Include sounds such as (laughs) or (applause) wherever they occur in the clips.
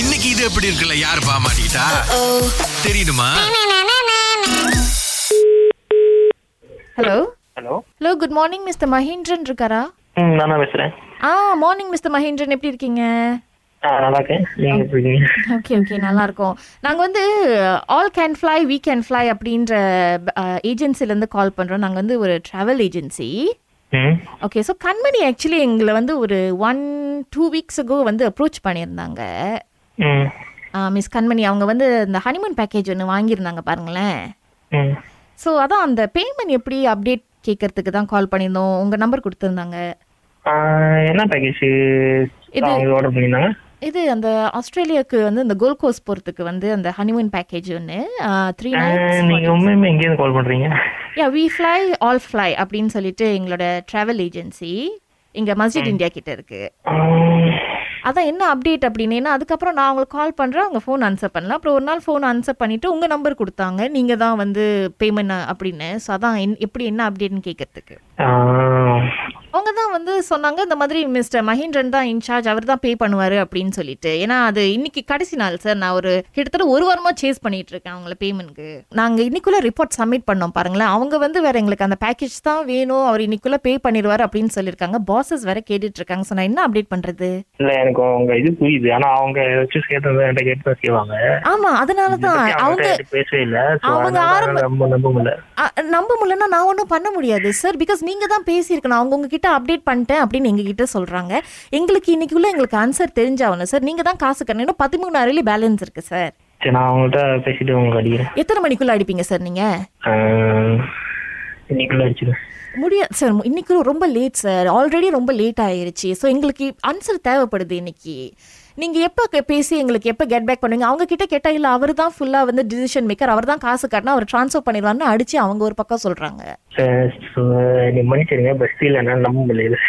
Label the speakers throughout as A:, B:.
A: இன்னைக்கு இது எப்படி இருக்குல்ல யார் பாமாட்டா தெரியுமா
B: hello
C: hello
B: hello good morning mister Mahendran இருக்காரா
C: ம் நானா பேசுகிறேன்
B: ஆ மார்னிங் மிஸ்டர் மஹேந்திரன் எப்படி இருக்கீங்க
C: ஆ நல்லா இருக்கேன் நீங்கள் எப்படி இருக்கீங்க
B: ஓகே ஓகே நல்லா இருக்கோம் நாங்க வந்து all can fly we can fly அப்படின்ற ஏஜென்சில இருந்து கால் பண்றோம் நாங்க வந்து ஒரு டிராவல் ஏஜென்சி
C: ம்
B: ஓகே ஸோ கண்மணி ஆக்சுவலி எங்களை வந்து ஒரு ஒன் டூ வீக்ஸுக்கு வந்து அப்ரோச் பண்ணியிருந்தாங்க
C: ம்
B: மிஸ் கண்மணி அவங்க வந்து இந்த ஹனிமூன் பேக்கேஜ் ஒன்று வாங்கியிருந்தாங்க பாருங்களேன்
C: ம்
B: ஸோ அதான் அந்த பேமெண்ட் எப்படி அப்டேட் கேட்கறதுக்கு தான் கால் பண்ணியிருந்தோம் உங்க நம்பர் கொடுத்துருந்தாங்க
C: ஆ, என்ன பேக்கேஜ்
B: இது-
C: அவங்க ஆர்டர் பண்ணியிருந்தாங்க
B: இது அந்த ஆஸ்திரேலியாவுக்கு வந்து இந்த கோல்ட் கோஸ்ட் போகிறதுக்கு வந்து அந்த ஹனிமூன் பேக்கேஜ் ஒன்று த்ரீ
C: ஆ,
B: நைட்ஸ்
C: நீங்க உண்மையுமே எங்கேருந்து கால் பண்றீங்க
B: yeah we fly all fly அப்படின்னு சொல்லிட்டு எங்களோட ட்ராவல் ஏஜென்சி இங்கே மஸ்ஜித் இந்தியா கிட்ட இருக்கு
C: ஆ,
B: அதான் என்ன அப்டேட் அப்படின்னா அதுக்கப்புறம் நான் உங்களுக்கு கால் பண்ணுறேன் அவங்க ஃபோன் ஆன்சர் பண்ணல அப்புறம் ஒரு நாள் ஃபோன் ஆன்சர் பண்ணிட்டு உங்கள் நம்பர் கொடுத்தாங்க நீங்கள் தான் வந்து பேமெண்ட் அப்படின்னு ஸோ அதான் என் எப்படி என்ன அப்டேட்னு கேட்கறதுக்கு
C: ஆ,
B: அவங்க தான் வந்து சொன்னாங்க இந்த மாதிரி மிஸ்டர் மஹிந்திரன் தான் இன்சார்ஜ் அவர் தான் பே பண்ணுவாரு அப்படின்னு சொல்லிட்டு ஏன்னா அது இன்னைக்கு கடைசி நாள் சார் நான் ஒரு கிட்டத்தட்ட ஒரு வாரமா சேஸ் பண்ணிட்டு இருக்கேன் அவங்கள பேமெண்ட்க்கு நாங்க இன்னைக்குள்ள ரிப்போர்ட் சப்மிட் பண்ணோம் பாருங்களேன் அவங்க வந்து வேற எங்களுக்கு அந்த பேக்கேஜ் தான் வேணும் அவர் இன்னைக்குள்ள பே பண்ணிடுவாரு அப்படின்னு சொல்லியிருக்காங்க பாசஸ் வேற கேட்டுட்டு இருக்காங்க ஸோ நான் என்ன அப்டேட் பண்றது
C: இல்ல எனக்கு அவங்க இது புரியுது ஆனா அவங்க ஏதாச்சும் கேட்டது என்கிட்ட கேட்டு தான் செய்வாங்க
B: ஆமா அதனாலதான் அவங்க
C: இதுக்கு அவங்ககிட்ட யார்கிட்டயும் பேசவே இல்ல So,
B: அவங்க
C: அதனால
B: ஆரம்ப-
C: ரொம்ப நம்ப முடியல
B: அ, நம்ப முடியலன்னா நான் ஒன்றும் பண்ண முடியாது சார் பிகாஸ் நீங்கள் தான் பேசியிருக்கணும் அவங்க உங்ககிட்ட அப்டேட் பண்ணிட்டேன் அப்படின்னு எங்ககிட்ட சொல்கிறாங்க எங்களுக்கு இன்னைக்குள்ள எங்களுக்கு ஆன்சர் தெரிஞ்சாகணும் சார் நீங்கள் தான் காசு கட்டணும் இன்னும் பதிமூணாயிரம் பேலன்ஸ் இருக்குது சார்
C: சரி நான் அவங்கள்ட்ட பேசிட்டு உங்களுக்கு அடிக்கிறேன்
B: எத்தனை மணிக்குள்ளே அடிப்பீங்க சார் நீங்கள்
C: ஆ, இன்னைக்குள்ள அடிச்சிடுவேன்
B: முடியாது சார் இன்னைக்கு ரொம்ப லேட் சார் ஆல்ரெடி ரொம்ப லேட் ஆயிருச்சு ஸோ எங்களுக்கு ஆன்சர் தேவைப்படுது இன்னைக்கு நீங்கள் எப்போ பேசி எங்களுக்கு எப்போ கெட் பேக் பண்ணுவீங்க அவங்க கிட்ட கேட்டால் இல்லை அவர் தான் ஃபுல்லாக வந்து டிசிஷன் மேக்கர் அவர் தான் காசு கட்டினா அவர் ட்ரான்ஸ்ஃபர் பண்ணிடுவார்னு அடித்து அவங்க ஒரு பக்கம் சொல்கிறாங்க
C: சரி, so, நீ மன்னிச்சிருங்க பஸ் இல்லை என்னால நம்ப முடியல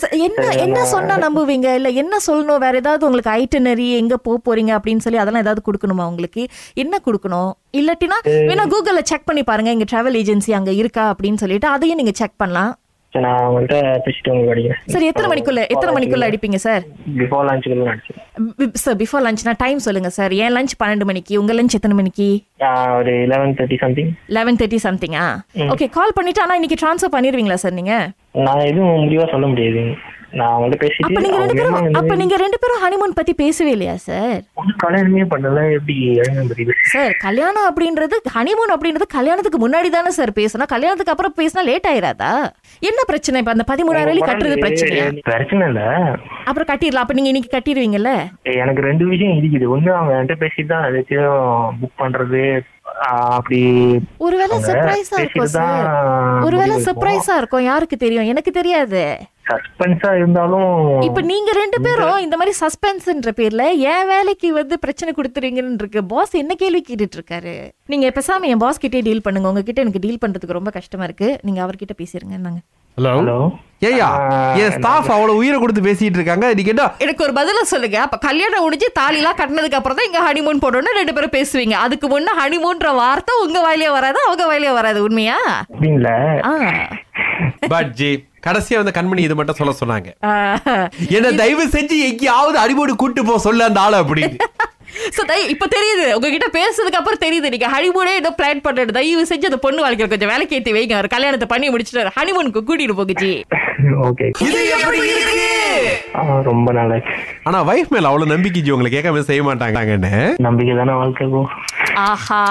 B: ச- என்ன என்ன சொன்னா நம்புவீங்க இல்ல என்ன சொல்லணும் வேற ஏதாவது உங்களுக்கு ஐட்டனரி எங்க போக போறீங்க அப்படின்னு சொல்லி அதெல்லாம் ஏதாவது கொடுக்கணுமா உங்களுக்கு என்ன கொடுக்கணும் இல்லாட்டினா வேணா கூகுள்ல செக் பண்ணி பாருங்க எங்க டிராவல் ஏஜென்சி அங்க இருக்கா அப்படின்னு சொல்லிட்டு அதையும் நீங்க செக் பண்ணலாம்
C: சரி, நான் அவங்கள்ட்ட பேசிட்டு உங்களுக்கு அடிக்கிறேன்
B: சார் எத்தனை மணிக்குள்ள எத்தனை மணிக்குள்ள அடிப்பீங்க சார்
C: பிஃபோர் லஞ்சுக்குள்ள அடிச்சேன்
B: சார் பிஃபோர் லஞ்ச்னா டைம் சொல்லுங்க சார் என் லஞ்ச் பன்னெண்டு மணிக்கு உங்க லஞ்ச் எத்தனை மணிக்கு
C: ஒரு eleven thirty something
B: eleven thirty சம்திங்கா ஓகே கால் பண்ணிட்டு ஆனா இன்னைக்கு ட்ரான்ஸ்ஃபர் பண்ணிடுவீங்களா சார் நீங்க
C: நான் எதுவும் முடிவா சொல்ல முடியாது நான் அவங்கள்ட்ட பேசிட்டு
B: அப்ப நீங்க ரெண்டு
C: அவங்க
B: பேரும்
C: என்ன
B: அப்ப நீங்க ரெண்டு பேரும் ஹனிமூன் பத்தி பேசவே இல்லையா சார்
C: ஒன்றும் கல்யாணமே பண்ணல எப்படி இறங்க முடியுது
B: சார் கல்யாணம் அப்படின்றது ஹனிமூன் அப்படின்றது கல்யாணத்துக்கு முன்னாடி தானே சார் பேசணும் கல்யாணத்துக்கு அப்புறம் பேசினா லேட் ஆயிராதா என்ன பிரச்சனை இப்ப அந்த பதிமூணாயிரம் வழி கட்டுறது பிரச்சனையா
C: பிரச்சனை இல்ல
B: அப்புறம் கட்டிடலாம் அப்ப நீங்க இன்னைக்கு கட்டிடுவீங்கல்ல
C: எனக்கு ரெண்டு விஷயம் இருக்குது ஒண்ணு அவங்க என்கிட்ட பேசிட்டு தான் ஏதாச்சும் புக் பண்றது ஆஹ் அப்படி
B: ஒருவேளை
C: அவங்க
B: சர்ப்ரைஸா இருக்கும்
C: பேசிட்டு
B: சார் ஒருவேளை
C: தான் முடிவு எடுப்போம்.
B: சர்ப்ரைஸா இருக்கும் யாருக்கு தெரியும் எனக்கு தெரியாது
C: சஸ்பென்ஸா இருந்தாலும்
B: இப்ப நீங்க ரெண்டு பேரும் இந்த மாதிரி சஸ்பென்ஸ்ன்ற பேர்ல என் வேலைக்கு வந்து பிரச்சனை கொடுத்துறீங்கன்னு இருக்கு பாஸ் என்ன கேள்வி கேட்டுட்டு இருக்காரு நீங்க பேசாம என் பாஸ் கிட்டே டீல் பண்ணுங்க உங்ககிட்ட எனக்கு டீல் பண்றதுக்கு ரொம்ப கஷ்டமா இருக்கு நீங்க அவர்கிட்ட பேசிருங்க நாங்க
D: ஹலோ
C: ஹலோ
D: ஏய்யா என் ஸ்டாஃப் அவ்வளவு உயிரை கொடுத்து பேசிட்டு இருக்காங்க நீ கேட்டா
B: எனக்கு ஒரு பதில சொல்லுங்க அப்ப கல்யாணம் முடிஞ்சு தாலிலாம் கட்டினதுக்கு அப்புறம் தான் இங்க ஹனிமூன் போடணும்னு ரெண்டு பேரும் பேசுவீங்க அதுக்கு முன்ன ஹனிமூன்ற வார்த்தை உங்க வாயிலே வராது அவங்க வாயிலே வராது உண்மையா
C: அப்படின்ல
B: ஆ.
D: பட் ஜி கடைசியா வந்து கண்மணி இது மட்டும் சொல்ல சொன்னாங்க
B: ஆ.
D: என்ன தயவு செஞ்சு எங்கேயாவது அடிபோடு கூட்டு போ சொல்ல அந்த ஆளு அப்படின்னு
B: So, தயவு- இப்ப தெரியுது உங்ககிட்ட பேசுனதுக்கு அப்புறம் தெரியுது நீங்க ஹனிமூனே ஏதோ பிளான் பண்றது தயவு செஞ்சு அந்த பொண்ணு வாழ்க்கையில கொஞ்சம் வேலைக்கு ஏத்தி வைங்க அவர் கல்யாணத்தை பண்ணி முடிச்சுட்டு ஹனிமூனுக்கு கூட்டிட்டு போகுச்சு
C: (laughs) ஓகே
D: இது எப்படி இருக்கு
C: ரொம்ப நல்லா
D: ஆனா வைஃப் மேல அவ்வளவு நம்பிக்கை ஜி உங்களை கேட்காம செய்ய மாட்டாங்கன்னு
C: நம்பிக்கை தானே வாழ்க்கை போ
B: ஆஹா